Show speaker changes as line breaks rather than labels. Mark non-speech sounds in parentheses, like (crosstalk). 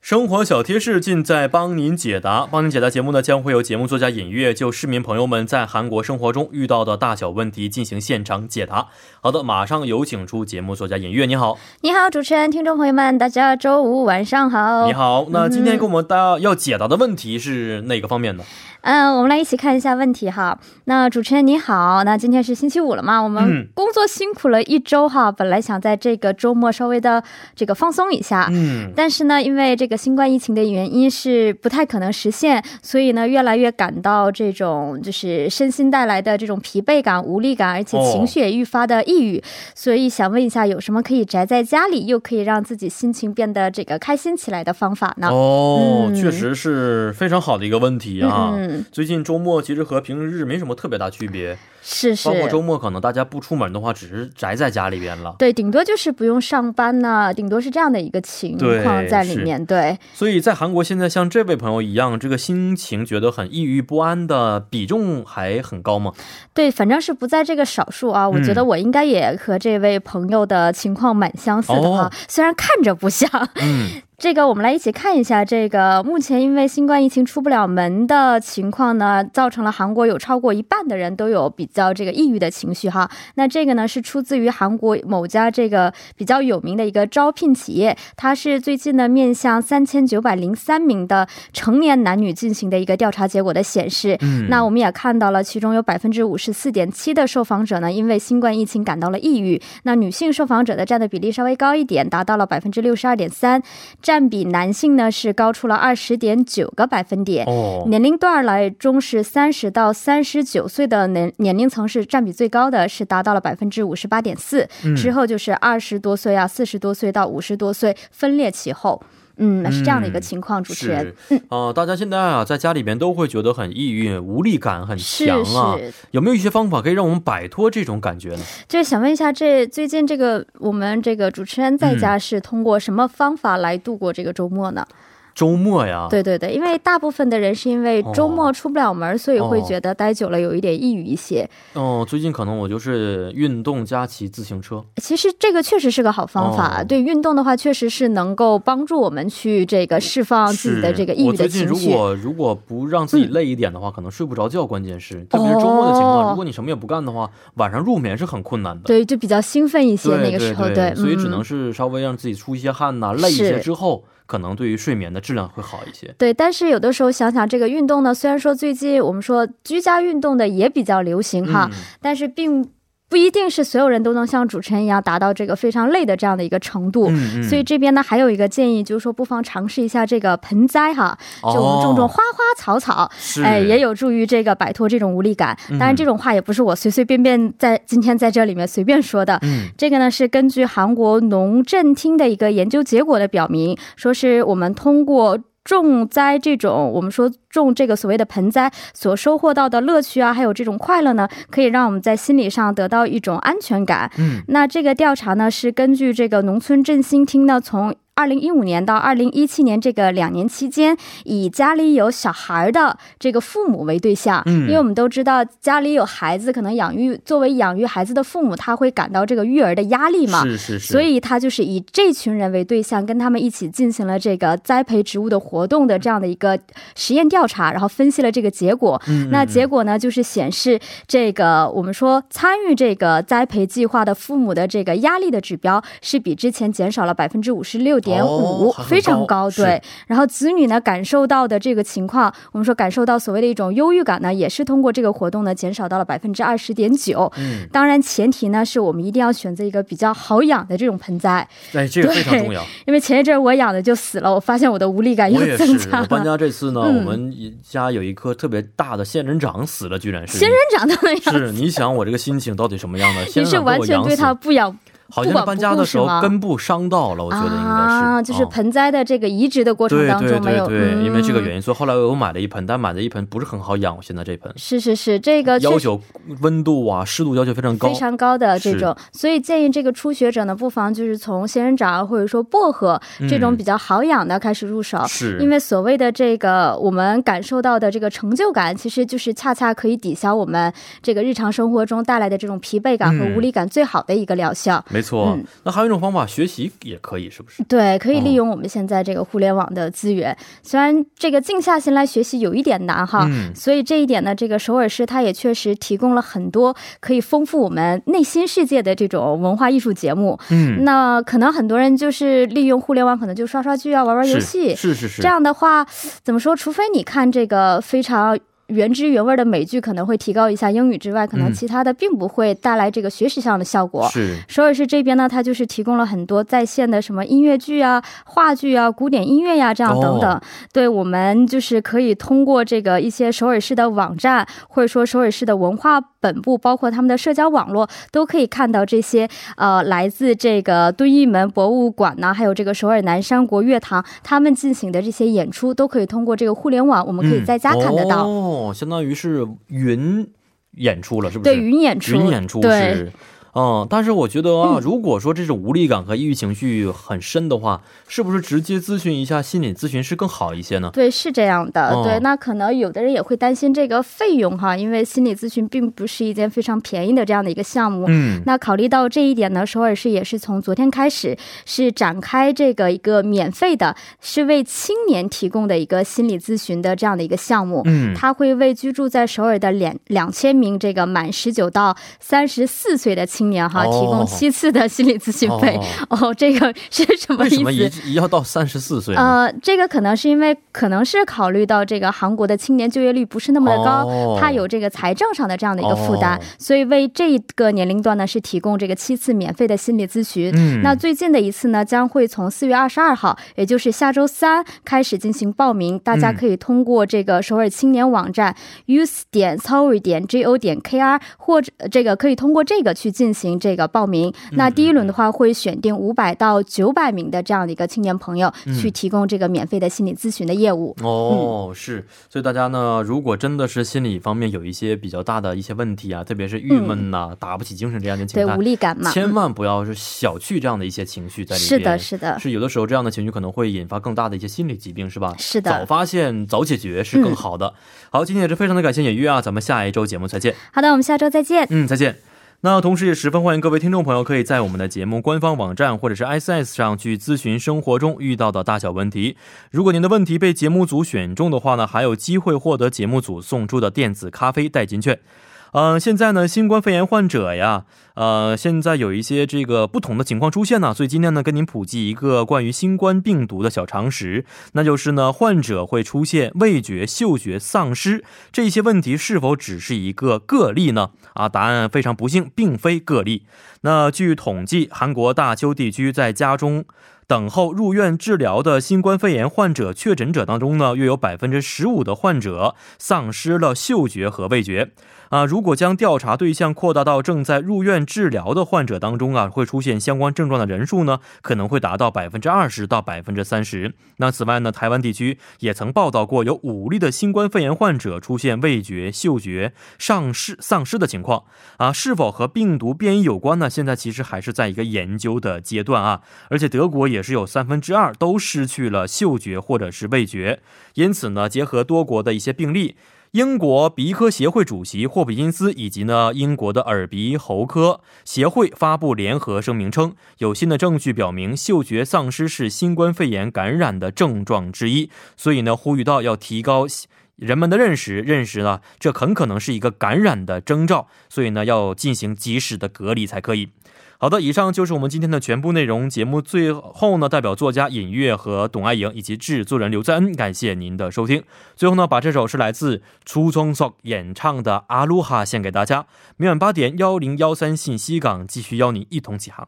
生活小贴士尽在帮您解答。帮您解答节目呢，将会有节目作家尹月就市民朋友们在韩国生活中遇到的大小问题进行现场解答。好的，马上有请出节目作家尹月，你好，
你好，主持人，听众朋友们，大家周五晚上好。
你。好。那今天给我们大家要解答的问题是哪个方面呢？
嗯，我们来一起看一下问题哈。那主持人你好，那今天是星期五了嘛？我
嗯
们工作辛苦了一周哈，本来想在这个周末稍微的这个放松一下。
嗯，
但是呢，因为这个新冠疫情的原因是不太可能实现，所以呢，越来越感到这种就是身心带来的这种疲惫感、无力感，而且
哦
情绪也愈发的抑郁。所以想问一下，有什么可以宅在家里又可以让自己心情变得这个开心起来的方法呢？
哦，
嗯
确实是非常好的一个问题啊。
嗯嗯
最近周末其实和平日没什么特别大区别，
是是
包。括周末可能大家不出门的话，只是宅在家里边了。
对，顶多就是不用上班呢、顶多是这样的一个情况
对
在里面。对，
所以在韩国，现在像这位朋友一样，这个心情觉得很抑郁不安的比重还很高吗？
对，反正是不在这个少数啊。我
嗯
觉得我应该也和这位朋友的情况蛮相似的啊，
哦
虽然看着不像。 (laughs)
嗯，
这个我们来一起看一下，这个目前因为新冠疫情出不了门的情况呢，造成了韩国有超过一半的人都有比较这个抑郁的情绪哈。那这个呢是出自于韩国某家这个比较有名的一个招聘企业，它是最近呢面向三千九百零三名的成年男女进行的一个调查结果的显示。
嗯
那我们也看到了，其中有百分之五十四点七的受访者呢，因为新冠疫情感到了抑郁。那女性受访者的占的比例稍微高一点，达到了百分之六十二点三，占比男性呢是高出了二十点九个百分点。
哦，
年龄段儿来中是三十到三十九岁的年年龄层是占比最高的，是达到了百分之五十八点四，
嗯
之后就是二十多岁啊、四十多岁到五十多岁分列其后，嗯，是这嗯样的一个情况。主持人
是，啊、大家现在啊，在家里边都会觉得很抑郁，无力感很强啊。
是
有没有一些方法可以让我们摆脱这种感觉呢？
就是想问一下这，最近这个我们这个主持人在
嗯
家是通过什么方法来度过这个周末呢？
周末呀，，
对对对，因为大部分的人是因为周末出不了门，所以会
哦
觉得待久了有一点抑郁一些。
哦、最近可能我就是运动加骑自行车。
其实这个确实是个好方法，
哦
对运动的话，确实是能够帮助我们去这个释放自己的这个抑
我
郁
最
的
近
情
如
绪。嗯
果如果不让自己累一点的话，可能睡不着觉。关键是，特别是周末的情况，
哦
如果你什么也不干的话，晚上入眠是很困难的。
对，就比较兴奋一些，
对
那个时候
对对，所以只
嗯
能是稍微让自己出一些汗呐、累一些
是
之后，可能对于睡眠的质量会好一些。
对，但是有的时候想想这个运动呢，虽然说最近我们说居家运动的也比较流行哈，
嗯
但是并不一定是所有人都能像主持人一样达到这个非常累的这样的一个程度。
嗯嗯
所以这边呢，还有一个建议，就是说不妨尝试一下这个盆栽哈，就我们种种
哦
花花草草，
是嗯
哎，也有助于这个摆脱这种无力感。当然，这种话也不是我随随便便在今天在这里面随便说的，
嗯
这个呢是根据韩国农政厅的一个研究结果的表明，说是我们通过。种栽这种，我们说种这个所谓的盆栽所收获到的乐趣啊，还有这种快乐呢，可以让我们在心理上得到一种安全感。
嗯
那这个调查呢，是根据这个农村振兴厅呢，从二零一五年到二零一七年这个两年期间，以家里有小孩的这个父母为对象，
嗯
因为我们都知道家里有孩子，可能养育作为养育孩子的父母，他会感到这个育儿的压力嘛。
是是是，
所以他就是以这群人为对象，跟他们一起进行了这个栽培植物的活动的这样的一个实验调查，然后分析了这个结果。
嗯嗯
那结果呢，就是显示这个我们说参与这个栽培计划的父母的这个压力的指标是比之前减少了百分之五十六点五
哦还，很
非常
高
高。
是
对，然后子女呢感受到的这个情况，我们说感受到所谓的一种忧郁感呢，也是通过这个活动呢减少到了百分之二十点九。
嗯，
当然，前提呢是我们一定要选择一个比较好养的这种盆栽，
哎，这个非常
对
重要。
因为前一阵儿我养的就死了，我发现我的无力感又
我也
增
是，
加
我
了。
搬家这次呢，
嗯
我们家有一棵特别大的仙人掌死了，居然是
仙人掌都能养，
是，你想我这个心情到底什么样的？仙
你
人
是
掌被
完
我
全
养
对它
死，
不养
好像是搬家的时
不
候
管不顾是吗
根部伤到了，我觉得应该是
啊，就是
嗯
盆栽的这个移植的过程
对
当
对
中没
对
有，嗯
对，因为这个
因。
原因，所以后来我又买了一盆，但买的一盆不是很好养。我现在这盆
是是是，这个
要
确实
求温度啊、湿度要求非常高
非。常高的这种，所以建议这个初学者呢，不妨就是从仙人掌或者说薄荷这种比较好养的开始入手。
嗯是，
因为所谓的这个我们感受到的这个成就感，其实就是恰恰可以抵消我们这个日常生活中带来的这种疲惫感和
嗯
无力感最好的一个疗效。
没没错、
嗯
那还有一种方法，学习也可以，是不是？
对，可以
哦
利用我们现在这个互联网的资源。虽然这个静下心来学习有一点难哈，
嗯
所以这一点呢，这个首尔市它也确实提供了很多可以丰富我们内心世界的这种文化艺术节目。
嗯，
那可能很多人就是利用互联网，可能就刷刷剧啊，玩玩游戏。
是是是，
这样的话，怎么说？除非你看这个非常。原汁原味的美剧可能会提高一下英语之外，可能
嗯
其他的并不会带来这个学习上的效果。
是
首尔市这边呢，它就是提供了很多在线的什么音乐剧啊、话剧啊、古典音乐呀、这样等等。
哦
对我们就是可以通过这个一些首尔市的网站，或者说首尔市的文化本部，包括他们的社交网络，都可以看到这些呃来自这个敦义门博物馆呢，还有这个首尔南山国乐堂他们进行的这些演出，都可以通过这个互联网，我们可以在家看得到。
嗯哦，相当于是云演出了，是不是？
对云演出，
云演出
对，
是。嗯，但是我觉得啊，如果说这种无力感和抑郁情绪很深的话，是不是直接咨询一下心理咨询师更好一些呢？
对，是这样的、
哦
对，那可能有的人也会担心这个费用哈，因为心理咨询并不是一件非常便宜的这样的一个项目。
嗯，
那考虑到这一点呢，首尔市也是从昨天开始是展开这个一个免费的，是为青年提供的一个心理咨询的这样的一个项目。
嗯，
它会为居住在首尔的两两千名这个满十九到三十四岁的青年哈，
哦
提供七次的心理咨询费。哦这个是什么
为
意
什
思？
么一一要到三十四岁呢？
呃，这个可能是因为可能是考虑到这个韩国的青年就业率不是那么的高，
哦
它有这个财政上的这样的一个负担，
哦
所以为这个年龄段呢是提供这个七次免费的心理咨询。
嗯
那最近的一次呢，将会从四月二十二号，也就是下周三开始进行报名。大
嗯
家可以通过这个首尔青年网站 youth 点 s o r y 点 g o 点 k r，或者呃这个可以通过这个去进行这个报名。
嗯
那第一轮的话，会选定五百到九百名的这样的一个青年朋友，
嗯
去提供这个免费的心理咨询的业务。
哦，是，所以大家呢，如果真的是心理方面有一些比较大的一些问题啊，特别是郁闷呐、打不起精神这样的
嗯对
情
无
况，
力感嘛，
千万不要是小觑这样的一些情绪在里面。
是的，是的，
是有的时候这样的情绪可能会引发更大的一些心理疾病，是吧？
是
早
的。
发现、早解决是更
嗯
好的。好，今天也是非常的感谢演约啊，咱们下一周节目再见。
好的，我们下周再见。
嗯，再见。那同时也十分欢迎各位听众朋友可以在我们的节目官方网站或者是 ICS 上去咨询生活中遇到的大小问题。如果您的问题被节目组选中的话呢，还有机会获得节目组送出的电子咖啡代金券。嗯、现在呢，新冠肺炎患者呀，呃，现在有一些这个不同的情况出现呢，所以今天呢，跟您普及一个关于新冠病毒的小常识，那就是呢，患者会出现味觉、嗅觉丧失，这些问题是否只是一个个例呢？啊，答案非常不幸，并非个例。那据统计，韩国大邱地区在家中等候入院治疗的新冠肺炎患者确诊者当中呢，约有百分之十五的患者丧失了嗅觉和味觉。啊，如果将调查对象扩大到正在入院治疗的患者当中啊，会出现相关症状的人数呢，可能会达到百分之二十到百分之三十。那此外呢，台湾地区也曾报道过有五例的新冠肺炎患者出现味觉、嗅觉丧失丧失的情况啊，是否和病毒变异有关呢？现在其实还是在一个研究的阶段啊，而且德国也是有三分之二都失去了嗅觉或者是味觉，因此呢，结合多国的一些病例。英国鼻科协会主席霍普金斯以及呢英国的耳鼻喉科协会发布联合声明称，有新的证据表明嗅觉丧失是新冠肺炎感染的症状之一，所以呢呼吁到要提高人们的认识，认识呢这很可能是一个感染的征兆，所以呢要进行及时的隔离才可以。好的，以上就是我们今天的全部内容。节目最后呢，代表作家尹月和董爱颖以及制作人刘在恩，感谢您的收听。最后呢，把这首是来自初中 s o 演唱的《阿鲁哈》献给大家。每晚八点幺零幺三信息港继续邀您一同起航。